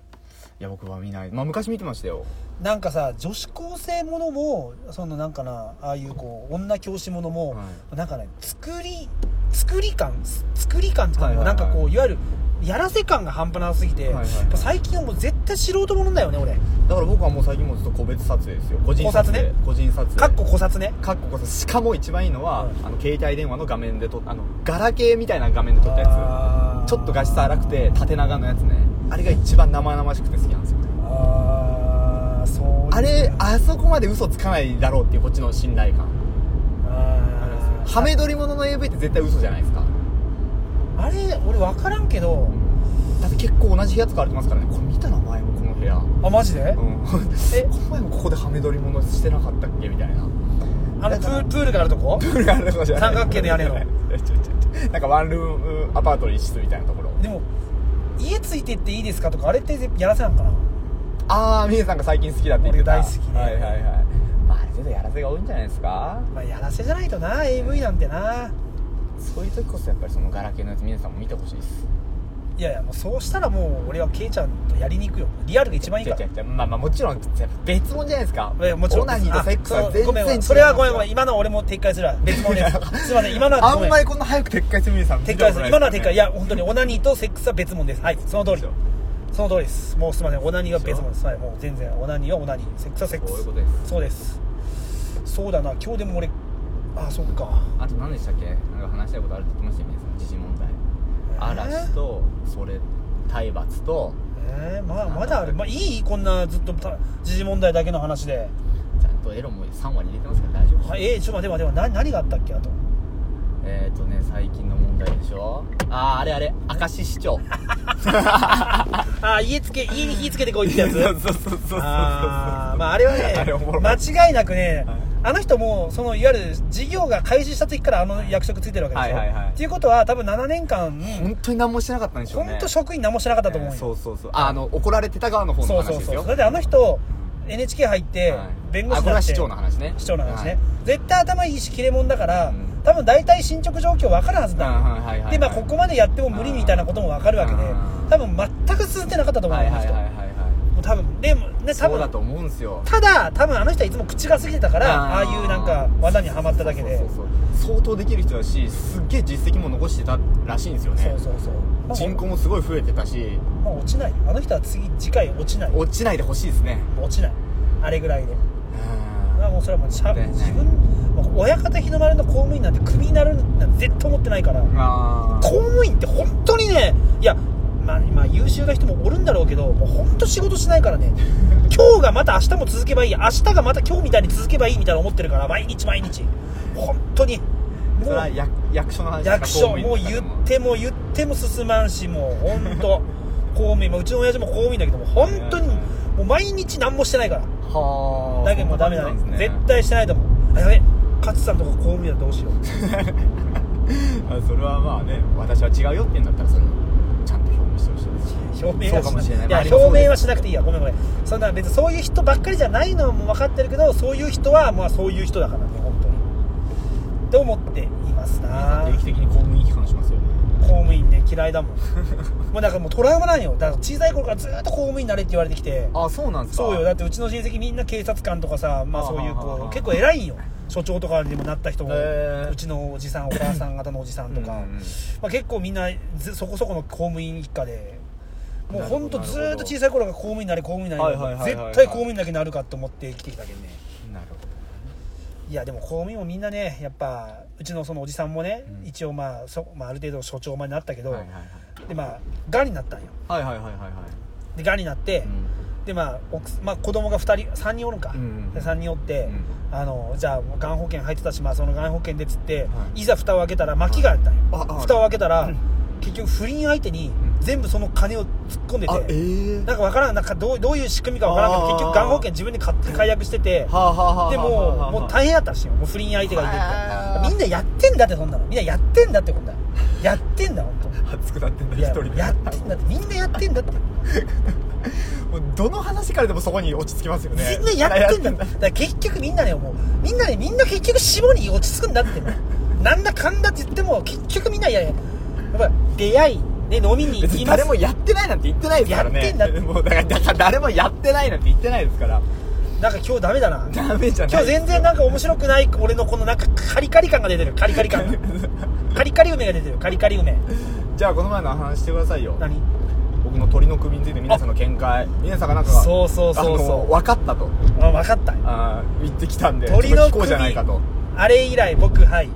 S1: いや僕は見ないまあ昔見てましたよ
S2: なんかさ女子高生ものもそのなんかなああいうこう女教師ものも、
S1: は
S2: なんかね作り作り感す作り感とか
S1: はい
S2: も
S1: はい
S2: な
S1: は
S2: ん
S1: い
S2: かこういわゆるやらせ感が半端なさすぎて、
S1: はいはいはい
S2: やっぱ最近はもう絶対素人ものだよね俺
S1: だから僕はもう最近もうずっと個別撮影ですよ個人撮影
S2: 個撮
S1: 個人撮影
S2: かっこ小札ね
S1: かっここそしかも一番いいのは、
S2: はい
S1: あの携帯電話の画面で撮あのガラケーみたいな画面で撮ったや
S2: あー
S1: つちょっと画質荒くて縦長のやつねあれが一番生々しくて好きなんですよ
S2: あーそう
S1: あれあそこまで嘘つかないだろうっていうこっちの信頼感
S2: あー
S1: ハメ撮り物の AV って絶対嘘じゃないですか
S2: あれ俺分からんけど
S1: だって結構同じ部屋使われてますからねこれ見たな前もこの部屋
S2: あマジで
S1: う、ん えこの前もここでハメ撮り物してなかったっけみたいな
S2: あのプープールがあるとこ
S1: プールあるとこじゃない
S2: 三角形の屋根の
S1: ちょちょちょなんかワンルームアパートの一室みたいなところ
S2: でも家ついてっていいですかとかあれってやらせなんかな
S1: ああ峰さんが最近好きだって言ってた
S2: 俺大好きで
S1: はいはいはいまああれちょっとやらせが多いんじゃないですか
S2: まあやらせじゃないとな AV なんてな
S1: そういう時こそやっぱりそのガラケーのやつ峰さんも見てほしいです
S2: いやいやもうそうしたらもう俺はケイちゃんとやりに行くよリアルが一番いいから
S1: 違う違う違うまあまあもちろん別物じゃないですか
S2: いやもちろん
S1: オナニーとセックスは
S2: あ
S1: 全然
S2: そうごめんごめんそれはごめんごめん今のは俺も撤回するわ別物ですすいません今のは
S1: あ
S2: ごめ
S1: ん
S2: ん
S1: まりこんな早く撤回する峰さん
S2: 撤回する今のは撤回い
S1: や
S2: や本当にオナニーとセックスは別物ですはいその通りその通りですもうすいませんオナニーは別物ですはいもう全然オナニーはオナニーセックスはセックス
S1: そういうことです
S2: そうですそうだな今日でも俺あそっか
S1: あと何でしたっけなんか話したいことあるって言ってましたよ峰さん時事問題嵐とそれ体罰と
S2: えー、まあまだある、まあ、いいこんなずっとた時事問題だけの話で
S1: ちゃんとエロも3割入れてますから大丈夫
S2: はい、えー、ちょっと待って待って待って何何があったっけあと
S1: えーとね最近の問題でしょあああれあれ明石市長
S2: あー家つけ家に火つけてこいってやつ
S1: そうそうそうそうそう
S2: あーまああれはね
S1: あれおもろい
S2: 間違いなくね、
S1: はい
S2: あの人もそのいわゆる事業が開始した時からあの役職ついてるわけでしょ、
S1: はいはいはい
S2: っていうことは多分7年間
S1: 本当に何もしてなかったんでしょうね
S2: 本当職員何もしなかったと思うよ、
S1: そうそうそうああの怒られてた側の方の
S2: そう
S1: 話
S2: そ
S1: で
S2: う
S1: す
S2: そ
S1: よ
S2: うだってあの人 NHK 入って
S1: はい
S2: 弁護士
S1: あ
S2: に
S1: これ
S2: な
S1: は
S2: って
S1: 市長の話ね
S2: 市長の話ね、
S1: はい
S2: 絶対頭いいし切れ者だから、
S1: うん
S2: 多分大体進捗状況分かるはずだ、
S1: うんうんはいはいはい
S2: でまあここまでやっても無理みたいなことも分かるわけで、
S1: うん
S2: 多分全く進んでなかったと思う、
S1: はい
S2: あの
S1: はい
S2: 人
S1: はいはいはい
S2: もう多分でもね多
S1: そうだ
S2: 分
S1: と思うんですよ
S2: ただ多分あの人はいつも口が過ぎてたからああ
S1: あー
S2: いうなんか罠にはまっただけで
S1: そうそうそう相当できる人だしすっげえ実績も残してたらしいんですよね
S2: そうそうそうまあ
S1: 人口もすごい増えてたし
S2: まあ落ちないあの人は次次回落ちない
S1: 落ちないでほしいですね
S2: 落ちないあれぐらいで
S1: うん
S2: まあもうそれはもうしゃ
S1: もったいない
S2: 自分もう親方日の丸の公務員なんてクビになるなんて絶対思ってないから
S1: あ
S2: 公務員って本当にねいやまあ、まあ優秀な人もおるんだろうけどもう本当仕事しないから ね今日がまた明日も続けばいい明日がまた今日みたいに続けばいいみたいな思ってるから毎日毎日本当に
S1: そ
S2: も
S1: れ
S2: う
S1: は役役所の話ですか
S2: 役所
S1: 公務
S2: もう
S1: 員とか
S2: 言
S1: で
S2: っても言っても進まんしもう本 当公務員もうちの親父も公務員だけども本当に
S1: はいはい
S2: もう毎日何もしてないから
S1: はあ
S2: だけどもうダメだ
S1: そんな
S2: ね
S1: 感じなん
S2: 絶
S1: で
S2: 対してないと思うあやべ勝さんとか公務員だどうしよう
S1: すねあそれはまあね私は違うよって言うんだったらそれをちゃんと表明してほしいですし
S2: 表明は
S1: そうか
S2: し
S1: もしれない
S2: や
S1: 周りもそうです
S2: 表明はしなくていいやごめんごめんそんな別にそういう人ばっかりじゃないのはもう分かってるけどそういう人はまあそういう人だからね本当にって思っていますな
S1: 定期的に公務員批判しますよね
S2: 公務員ね嫌いだもん もうだからもうトラウマなんよだから小さい頃からずっと公務員になれって言われてきて
S1: あそうなんですか
S2: そうよだってうちの親戚みんな警察官とかさまあ
S1: あー
S2: そういう
S1: はー
S2: こ
S1: は
S2: う
S1: ー
S2: 結構偉いんよ所長とかにもなった人も
S1: へー
S2: うちのおじさんお母さん方のおじさんとか、
S1: うんうんうん
S2: まあ、結構みんなずそこそこの公務員一家でもう
S1: なる
S2: ほ
S1: ほど
S2: んとず
S1: な
S2: ー
S1: る
S2: っ
S1: ほ
S2: と
S1: ど
S2: 小さい頃から公務員になれ公務員になれ、
S1: はいはいはいはいはい
S2: 絶対公務員だけなるかと思って生きてきたけどね
S1: なるほど
S2: いやでも公務員もみんなねやっぱうちのそのおじさんもね、
S1: うん
S2: 一応まあそ、まあ、ある程度所長までなったけど、
S1: はいはい
S2: でまあがんになったんよ
S1: はいはいはいはいはいはい
S2: でがんになって、
S1: うん
S2: でまあ奥すまあ、子供が2人3人おるんか、
S1: うんうん
S2: で3人おって、
S1: うん
S2: あのじゃあもうがん保険入ってたし、まあ、そのがん保険でっつって、
S1: はい
S2: い、ざ蓋を開けたら薪があったんよ、
S1: ああ
S2: 蓋を開けたら、
S1: うん
S2: 結局不倫相手に
S1: ん
S2: 全部その金を突っ込んでて、
S1: あえー
S2: なんかわからんなんかどうどういう仕組みかわからんけど
S1: あー
S2: 結局がん保険自分で買って解約してて、
S1: はあはあはあ
S2: でも
S1: はあはあはあ
S2: もう大変だったらしいよもう不倫相手がいて
S1: は
S2: み
S1: あ
S2: んなやってんだってそんなのみんなやってんだってこんなのやってんだ本当
S1: 熱くなってんだ
S2: い
S1: 一
S2: や
S1: 人で
S2: やってんだってみんなやってんだって
S1: もうどの話からでもそこに落ち着きますよね
S2: みんなやってんだ
S1: や
S2: だから結局みんなねもうみんなねみんな結局下に落ち着くんだってなんだかんだって言っても結局みんないやいややっぱり出会いで飲みに行
S1: 別
S2: き
S1: に
S2: ま
S1: 誰
S2: す
S1: もやってないなんて言ってないですからね
S2: やってんだって
S1: もうだからだから誰もやってないなんて言ってないですから
S2: なんか今日ダメだな
S1: ダメじゃな
S2: 今
S1: い
S2: 日全然なんか面白くない俺のこのなんかカリカリ感が出てるカリカリ感がカリカリ梅が出てるカリカリ梅
S1: じゃあこの前の話してくださいよ
S2: 何
S1: 僕の鳥の首について皆さんの見解皆さんがなんか
S2: そうそうそうそう
S1: あの分かったと
S2: あ分かった
S1: あー言ってきたんで
S2: 鳥の
S1: ちょっと聞こう
S2: 首
S1: じゃないかと、はい
S2: あれ以来僕はい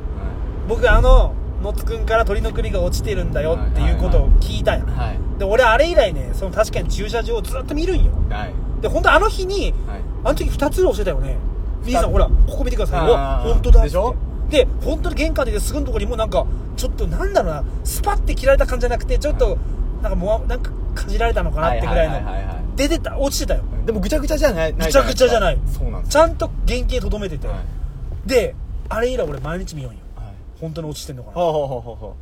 S2: 僕あののつくんから鳥の首が落ちてるんだよっていうことを聞いたんや
S1: はい
S2: で俺あれ以来ねその確かに駐車場をずっと見るんよ
S1: はい
S2: で本当あの日に
S1: はい
S2: あの時2つぐらい教えたよね兄さんほらここ見てください
S1: あー
S2: うわ本当だ
S1: でしょ
S2: で本当に玄関出てすぐのところにもうなんかちょっとなんだろうなスパッて切られた感じじゃなくてちょっとなんかもうなんかかじられたのかなってぐらい
S1: はいはいはいはいは
S2: の出てた落ちてたよ
S1: でもぐちゃぐちゃじゃない
S2: ぐちゃぐちゃじゃない
S1: そうなんです
S2: ちゃんと原型とどめてて、
S1: はい
S2: であれ以来俺毎日見よんよ
S1: はい
S2: 本当に落ちてんのかな
S1: ほうほうほうほうほ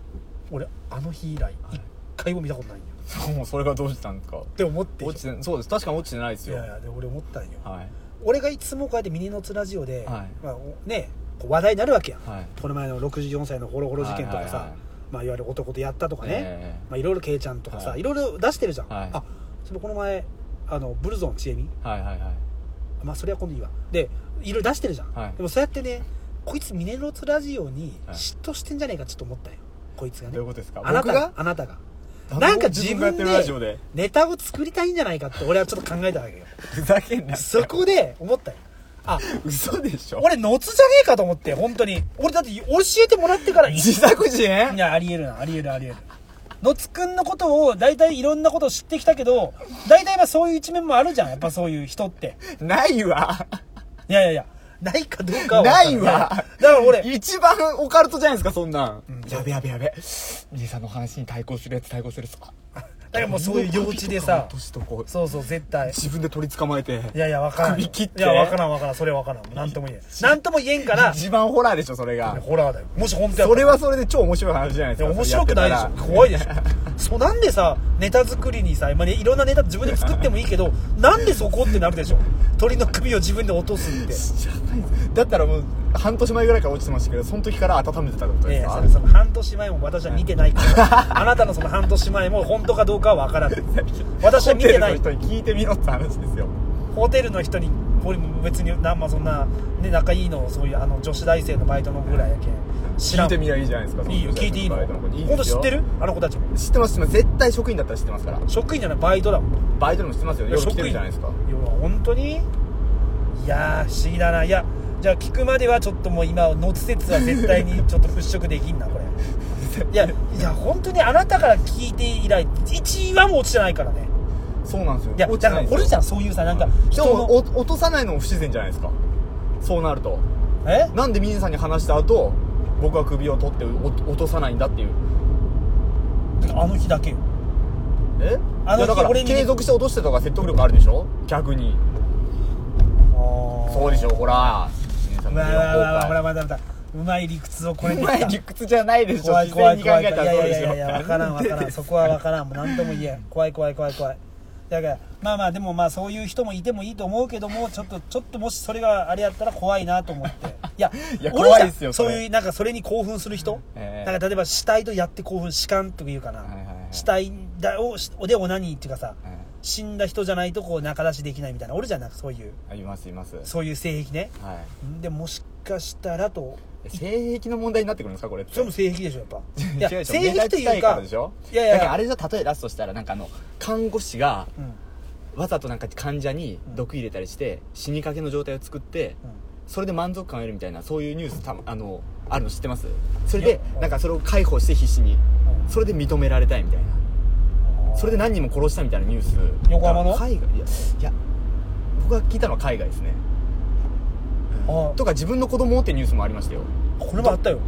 S2: 俺あの日以来
S1: い
S2: 一回も見たことないんよ
S1: うそうもうそれがどうしたんですか
S2: って思って
S1: 落ちてそうです確かに落ちてないです
S2: い
S1: よ
S2: やいやで俺思ったんよ
S1: はい
S2: 俺がいつもこうやってミニノツラジオで、
S1: はい
S2: まあ、おねこう話題になるわけやん、
S1: はい
S2: この前の64歳のホロホロ事件とかさ、
S1: はいはいはい
S2: まあ、いわゆる男とやったとかね、
S1: ええ
S2: まあ、いろいろケイちゃんとかさ、、
S1: はいい
S2: ろいろ出してるじゃん、
S1: はい
S2: あそれこの前あのブルゾンちえみ
S1: はいはいはい
S2: まあそれは今度いいわでいろいろ出してるじゃん、
S1: はい
S2: でもそうやってねこいつミネロツラジオに
S1: はい
S2: 嫉妬してんじゃねえかちょっと思ったよこいつがね
S1: どういうことですか
S2: あなた
S1: 僕が
S2: あなたが
S1: なんで
S2: なんか自分
S1: 僕がやってるラジオ
S2: で
S1: で
S2: ネタを作りたいんじゃないかって俺はちょっと考えたわけよ
S1: ふざけんな
S2: そこで思ったよあ
S1: 嘘でしょ
S2: 俺、ノツじゃねえかと思って、本当に。俺だって、教えてもらってから、い
S1: 自作自演
S2: や、ありえるな、ありえる、ありえる。ノツくんのことを、大体いろんなことを知ってきたけど、大体まあそういう一面もあるじゃん、やっぱそういう人って。
S1: ないわ
S2: いやいやいや、ないかどうかは分から
S1: ないわ
S2: だから俺、
S1: 一番オカルトじゃないですかそんなん、やべやべやべ兄さんの話に対抗するやつ対抗するっすか
S2: からもうそういう幼稚でさ
S1: 年とこう
S2: そうそう絶対
S1: 自分で取り捕まえて
S2: いやいやわからん
S1: 首
S2: よ
S1: 切って
S2: いやわからんわからんそれわからんなんとも言えんなんとも言えんから
S1: 一番ホラーでしょそれが
S2: ホラーだよもし本当やったら
S1: それはそれで超面白い話じゃない
S2: い
S1: です
S2: や
S1: か
S2: 面白くないでしょ怖いでしょそうなんでさネタ作りにさ、まあね、いろんなネタ自分で作ってもいいけどなんでそこってなるでしょ鳥の首を自分で落とすって
S1: じゃないですだったらもう半年前ぐらいから落ちてましたけどその時から温めてたってことで
S2: ね
S1: す
S2: え
S1: か、
S2: それその半年前も私は見てないから あなたのその半年前も本当かどうかは分からない私は見てない
S1: ホテルの人に聞いてみろって話ですよ
S2: ホテルの人に俺も別になんまそんな、ね、仲いいのそういうあの女子大生のバイトのぐらいやけん知
S1: 聞
S2: ら
S1: い
S2: ん
S1: てみりゃいいじゃないですか
S2: いいよ聞いていいの本当知ってるあの子たち
S1: 知ってます知ってます絶対職員だったら知ってますから
S2: 職員じゃないバイトだもん
S1: バイトでも知ってますよ
S2: いや
S1: 夜来てるじゃないですか
S2: 職員いや本当にいやー不思議だないやじゃあ聞くまではちょっともう今のつ説は絶対にちょっと払拭できんなこ れいやいや本当にあなたから聞いて以来1話も落ちてないからね
S1: そうなんですよ
S2: いや
S1: 落ち
S2: だか
S1: てな
S2: ら
S1: いん
S2: こ
S1: です
S2: れ
S1: よ
S2: じゃんそういうさなんか
S1: で
S2: 人
S1: も
S2: の
S1: お落とさないのも不自然じゃないですかそうなると
S2: え
S1: なんでミネさんに話した後僕は首を取ってお落とさないんだっていう
S2: あの日だけよ
S1: え
S2: あの日
S1: いやだから
S2: 俺に
S1: 継続して落としてた方が説得力あるでしょ逆にそうでしょほらミネさ
S2: う
S1: んの
S2: わ
S1: 後
S2: うわうわほら
S1: 悔
S2: まだまだうまい理屈をこれ
S1: う
S2: でき
S1: まい
S2: た
S1: 理屈じゃないでしょ
S2: 怖い
S1: 自
S2: 怖
S1: 然
S2: い
S1: に考
S2: 怖い
S1: えた
S2: いや
S1: ら
S2: い
S1: そう
S2: やい
S1: で
S2: や
S1: し
S2: い
S1: ょ
S2: やいやわからんわからんそこはわからんもう何とも言えん怖い怖い怖い怖いだからまあまあでもまあそういう人もいてもいいと思うけどもちょっとちょっともしそれがあれやったら怖いなと思っていや
S1: いや
S2: 俺
S1: 怖いっすよ
S2: そ
S1: そうれ
S2: いうなんかそれに興奮する人、
S1: ええ
S2: なんか例えば死体とやって興奮しかんというかな、
S1: いはいはい
S2: 死体だをしでオナニーっていうかさ、
S1: ええ
S2: 死んだ人じゃないとこう仲出しできないみたいな俺じゃなくそういう
S1: あいますいます
S2: そういう性癖ね
S1: はい
S2: んでもしかしたらと
S1: え性癖の問題になってくるんですかこれって
S2: それも性癖でしょや っぱい
S1: 違う違
S2: や
S1: う
S2: 性癖と
S1: 目立
S2: い
S1: ちた
S2: う
S1: か
S2: から
S1: でしょ
S2: いやいや
S1: だからあれじゃ例え出すとしたらなんかあの看護師が
S2: うん
S1: わざとなんか患者に毒入れたりして、死にかけの状態を作って、それで満足感を得るみたいなそういうニュースたまあのあるの知ってますそれ
S2: い
S1: で
S2: や
S1: なんかそれを解放して必死に
S2: うん
S1: それで認められたいみたいなそれで
S2: で
S1: 何人も殺したみたいなニュース
S2: 横浜の
S1: 海外いやいや僕が聞いたのは海外ですね
S2: あ
S1: とか自分の子供をってニュースもありましたよ
S2: これもあったよ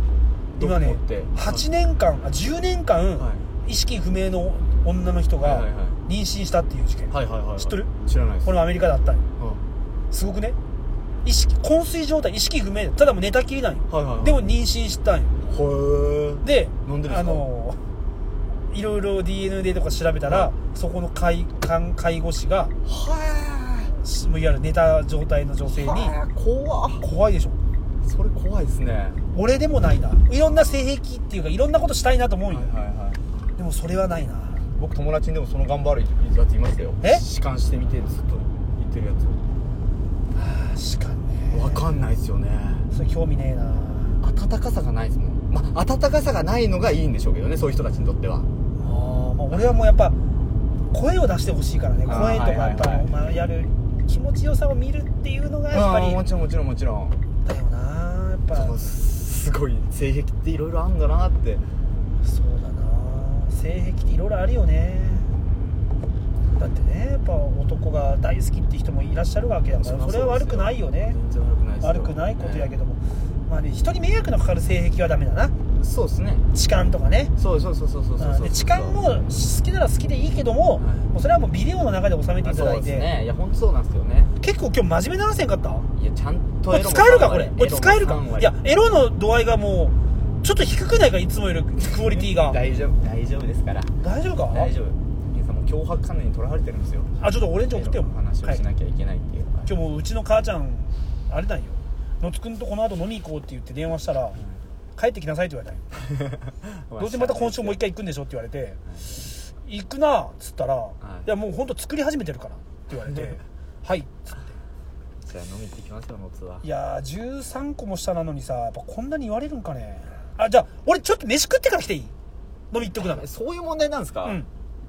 S1: ど
S2: 今ね
S1: どこって
S2: 8年間あ10年間、
S1: は
S2: 意識不明の女の人が
S1: はいはいはい
S2: 妊娠したっていう事件、
S1: はいはいはいはい
S2: 知っとる
S1: 知らないです
S2: これもアメリカだったんよ
S1: う
S2: すごくね意識昏睡状態意識不明ただもう寝たきりなんよ
S1: んはいはいはい
S2: でも妊娠したんよ
S1: ほえ
S2: で
S1: なんでですか
S2: あのいろいろ DNA とか調べたら、そこの介看介護士が
S1: は
S2: しいわゆる寝た状態の女性
S1: え
S2: に
S1: はえ怖っ
S2: 怖いでしょ
S1: それ怖いですねは
S2: 俺でもないないろんな性癖っていうかいろんなことしたいなと思う
S1: い
S2: よ、
S1: はい
S2: でもそれはないな
S1: 僕友達にでもその頑張るやついましたよ
S2: え
S1: 弛緩してみてずっと言ってるやつ
S2: 確かにね
S1: わかんないですよね
S2: それ興味ねえな
S1: 温かさがないですもんまあ温かさがないのがいいんでしょうけどねそういう人たちにとっては
S2: あ、まあ、俺はもうやっぱ声を出してほしいからね
S1: あー
S2: 声とかやっぱ
S1: はいはいはい
S2: まあ、やる気持ちよさを見るっていうのがやっぱ
S1: あーも
S2: り
S1: ちろんもちろんもちろん
S2: だよなやっぱ
S1: そうすごい性癖っていろいろあんだなって
S2: そうだな性癖っていろいろあるよねだってねやっぱ男が大好きって人もいらっしゃるわけだからそれは悪くないよね
S1: 全然悪くないですよ
S2: 悪くないことやけども、まあね人に迷惑のかかる性癖はダメだな
S1: ねそうですね
S2: 痴漢とかね
S1: そうそうそうそうそうそう
S2: うん
S1: そう
S2: で痴漢も好きなら好きでいいけども,、
S1: い
S2: もうそれはもうビデオの中で収めていただ
S1: そう
S2: い
S1: で
S2: て、
S1: すねいや本当そうなんですよね
S2: 結構今日真面目な話せんかった
S1: いやちゃんと
S2: こ
S1: エ
S2: れ
S1: ロも
S2: 使えるかこれ
S1: 三割
S2: これ使える
S1: エロ
S2: か
S1: も三割
S2: いやエロの度合いがもうちょっと低くないかいつもよりクオリティが
S1: 大丈夫大丈夫ですから
S2: 大丈夫か
S1: 大丈夫皆さんもう脅迫観念にとらわれてるんですよ
S2: あちょっと俺んち送ってよ
S1: エロの話をしなきゃいけないっていう、はい
S2: 今日もううちの母ちゃんあれなんよ野津君とこの後飲み行こうって言って電話したら、帰ってきなさいって言われたんよどうせまた今週もう一回行くんでしょって言われて、行くなっつったら、い
S1: い、
S2: やもうほんと作り始めてるからって言われてはいっつって
S1: じゃあ飲み行ってきますよノツはい
S2: やー13個も下なのにさやっぱこんなに言われるんかねあじゃあ俺ちょっと飯食ってから来ていい飲み行っとくなら
S1: えそういう問題なんですか、
S2: うん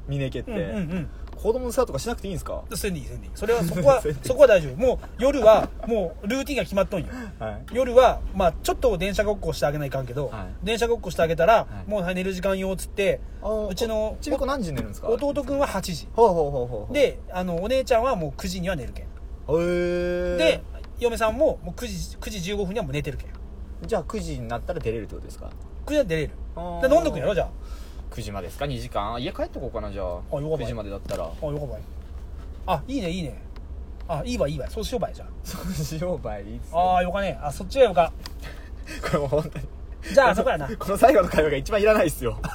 S1: ミネ家って、
S2: うんうんうん
S1: 子供の世話とかしなくていいんですか
S2: せんでいいせんでいいそれはそこ は
S1: せんでいい
S2: そこは大丈夫もう夜はもうルーティンが決まっとんよ
S1: はい
S2: 夜は、まあ、ちょっと電車ごっこしてあげないかんけど、
S1: はい
S2: 電車ごっこしてあげたら、
S1: はい
S2: もう寝る時間よっつって
S1: あー
S2: うちの
S1: ちびっこ何時に寝るんですか
S2: 弟くんは8時
S1: ほうほうほうほう
S2: であのお姉ちゃんはもう9時には寝るけん
S1: へえ
S2: で嫁さんももう9時 ,9 時15分にはもう寝てるけん9
S1: じゃあ9時になったら出れるってことですか
S2: 時は出れる
S1: あー
S2: で飲んどくんやろじゃあ
S1: 9時までですか2時間あ家帰ってこうかなじゃあ
S2: あよかった
S1: 9時までだったら
S2: あよかばいあいいねいいねあいいわいいわそうしようばいじゃ
S1: そうしようばいいっす
S2: あああーよかねあそっちがよか
S1: これもう本当に
S2: じ ゃああそこやな
S1: この最後の会話が一番いらないっすよ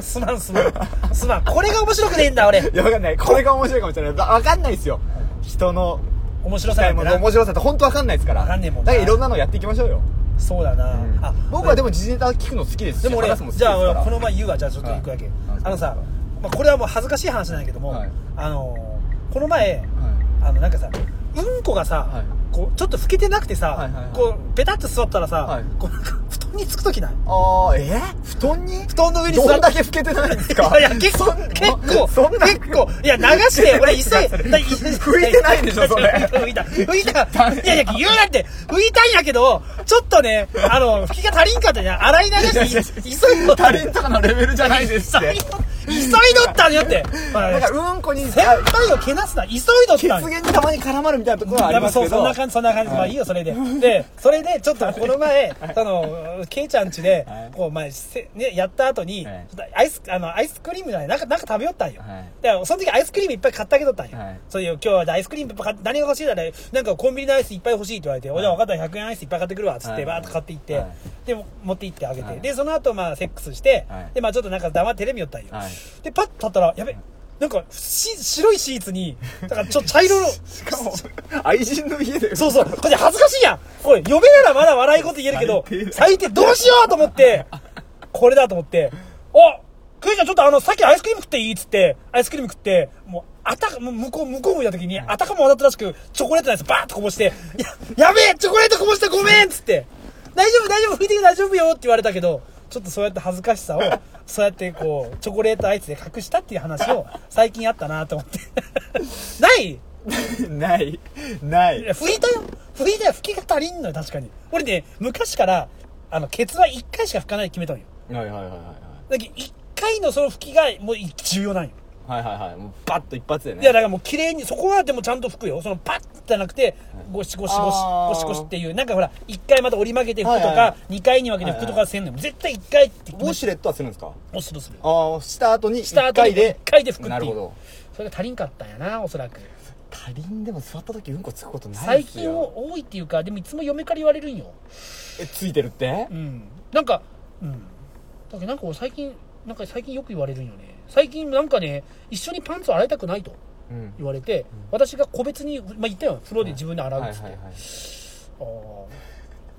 S2: すまんすまんすまんこれが面白くねえんだ俺
S1: いやわかんないこれが面白いかもしれないだわかんないっすよ人の
S2: 面白
S1: 機
S2: さな
S1: 械
S2: んて
S1: も
S2: な
S1: 面白さって本当わかんないですから
S2: わかんねえもんな
S1: だからいろんなのやっていきましょうよ
S2: そうだな、あ
S1: 僕はで
S2: も
S1: も時事ネタ聞くの好きですし
S2: でも俺
S1: 話すの好き
S2: じ
S1: です
S2: ゃあ
S1: か
S2: 俺こ
S1: ら
S2: の前言うわじゃあちょっと一個だけ、
S1: はい
S2: あのさ、まあ、これはもう恥ずかしい話なんやけども、
S1: はい
S2: あのーこの前あのなんかさうんこがさ、
S1: はい
S2: こうちょっと老けてなくてさ、
S1: はいはいはい
S2: こうペタッと座ったらさ、
S1: はい
S2: こうなんか布団につくときない
S1: ああーえ布団に
S2: 布団の上に座っ
S1: どん
S2: た
S1: だけ老けてないんですか
S2: いや結構
S1: そんな
S2: 結構
S1: そんな
S2: 結構いや流して よ俺一斉
S1: 拭いてないでしょそれ
S2: 拭いた拭いたい やいや言うなって拭いたんやけどちょっとねあの拭きが足りんかったじゃん洗い流して急いどった
S1: タレントのレベルじゃないですって
S2: 急いどったんよって
S1: だからうんこに
S2: 先
S1: あ
S2: 輩をけなすな急いどっ
S1: 血
S2: たんよ
S1: 源にたまに絡まるみたいなところはあ
S2: や
S1: り
S2: っぱ
S1: ます
S2: そ
S1: け
S2: うそん
S1: ど
S2: な感じそんな感じ、まあいいよそ れででそれでちょっとこの前そのケイちゃん家で、
S1: はい
S2: こう前せねやった後に、
S1: はい
S2: ちょっとアイスあのアイスクリームじゃないなんかなんか食べよったんよ、
S1: はい
S2: だからその時アイスクリームいっぱい買ってあげとったんよ、
S1: はい
S2: そういう今日はアイスクリームいっぱい買って何が欲しいだねなんかコンビニのアイスいっぱい欲しいって言われて、おじゃあ分かった100円アイスいっぱい買ってくるわっつっ
S1: は
S2: て
S1: い
S2: バーッと買っていって、
S1: はい
S2: でも持って行ってあげて、
S1: はい
S2: でその後まあセックスして、
S1: はい
S2: でまあちょっとなんか黙ってテレビ寄ったんよ、
S1: はい
S2: でパッと立ったらやべなんかし白いシーツにだからちょっと茶色の
S1: しかも愛人の家で
S2: そうそう。これ恥ずかしいやん。おい、嫁ならまだ笑いこと言えるけど
S1: 最低だ、
S2: 最低どうしようと思って、これだと思って、おクイちゃんちょっとあの、さっきアイスクリーム食っていいっつって、アイスクリーム食って、もう、あたか、もう向こう、向こう向いた時に、あたかもわざとらしく、チョコレートのやつバーッとこぼして、や、やべえチョコレートこぼしたごめんっつって、大丈夫大丈夫拭いてくれ大丈夫よって言われたけど、ちょっとそうやって恥ずかしさを、そうやってこう、チョコレートアイスで隠したっていう話を、最近あったなと思って。 ない
S1: ないないい
S2: や拭いたよ拭いたよ拭きが足りんのよ確かに俺ね昔からあのケツは1回しか拭かないって決めたんよ
S1: はいはいはいはい
S2: だけど1回のその拭きがもう重要なんよ
S1: はいはいはいはいもうバッと一発でね
S2: いやだからもう綺麗にそこはでもちゃんと拭くよそのパッじゃなくてゴシゴシゴシ
S1: あ
S2: ゴ
S1: ー
S2: シゴシっていうなんかほら1回また折り曲げて拭くと
S1: はいはい
S2: か2回に分けて拭くとかせんのよ絶対1回って決
S1: ウ
S2: め
S1: ォシュレットはするんですか
S2: おするする
S1: ああした後に
S2: した
S1: 1
S2: 後に
S1: 回で
S2: 1回で拭くっていう
S1: なるほど
S2: それが足りんかったんやなおそらく
S1: 他人でも座った時うんこつくことない
S2: 最
S1: です
S2: 近
S1: よ
S2: 多いっていうかでもいつも嫁から言われるんよ
S1: えついてるって
S2: うんなんかうんだけどなんか俺最近なんか最近よく言われるんよね最近なんかね一緒にパンツを洗いたくないと
S1: うん
S2: 言われて、私が個別に、まあ、言ったよ風呂で自分で洗う
S1: は
S2: っ
S1: い
S2: つって、
S1: はいはい
S2: あー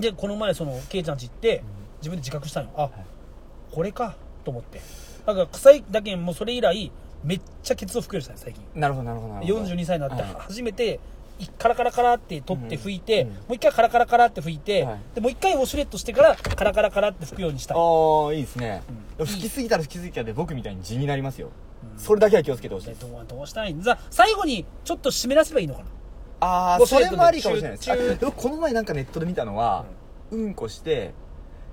S2: でこの前そのケイちゃんち行って自分で自覚したんよあ、これかと思ってだから臭いだけんもうそれ以来めっちゃケツを拭くようにしたんよ最近
S1: なるほどなるほどなるほど
S2: 42歳になって
S1: はい
S2: 初めて、いカラカラカラって取って拭いて、
S1: うん
S2: もう一回カラカラカラって拭いて、
S1: はい
S2: でもう一回ウォシュレットしてからカラカラカラって拭くようにした
S1: ああいいですね、吹きすぎたら吹きすぎたで僕みたいに地になりますよ、それだけは気をつけてほしい
S2: で
S1: です、
S2: どうどうしたらいいんだ最後にちょっと湿らせばいいのかな
S1: あ
S2: も
S1: あ
S2: うそ
S1: そ
S2: れ
S1: れもありかもしれないです
S2: チューチュー
S1: あでもこの前なんかネットで見たのは、うん、こして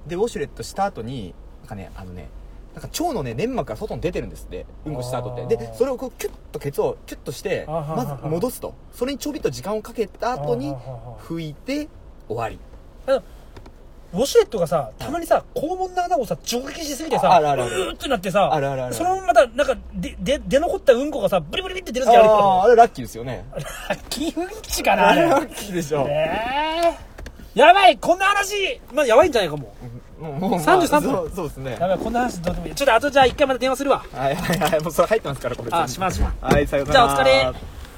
S1: でウォシュレットした後になんかねあのねなんか腸のね粘膜が外に出てるんですってうんこした後って
S2: あー
S1: でそれをこうキュッとケツをキュッとして
S2: あははは
S1: まず戻すとそれにちょびっと時間をかけた後
S2: あ
S1: に
S2: ははは
S1: 拭いて終わり
S2: ウォシュレットがさたまにさ肛門の穴をさ直撃しすぎてさ
S1: ああるあるある
S2: うーってなってさ
S1: あるあるある
S2: そのまたなんかでで出残ったうんこがさブリブリブリって出る
S1: あ
S2: 時ある
S1: あーあれラッキーですよね
S2: ラッキーうんちかな
S1: あ
S2: あ
S1: れ
S2: れ
S1: ラッキーでしょ、
S2: えー、やばいこんな話まあやばいんじゃないかも
S1: もうもうまあ
S2: 33分
S1: そうそうですね
S2: うやばいこんな話どうでもいいちょっとあとじゃあ一回また電話するわ
S1: はいはいはいもうそれ入ってますからこれ
S2: あしますします
S1: はいさような
S2: じゃ
S1: ら
S2: あお疲れ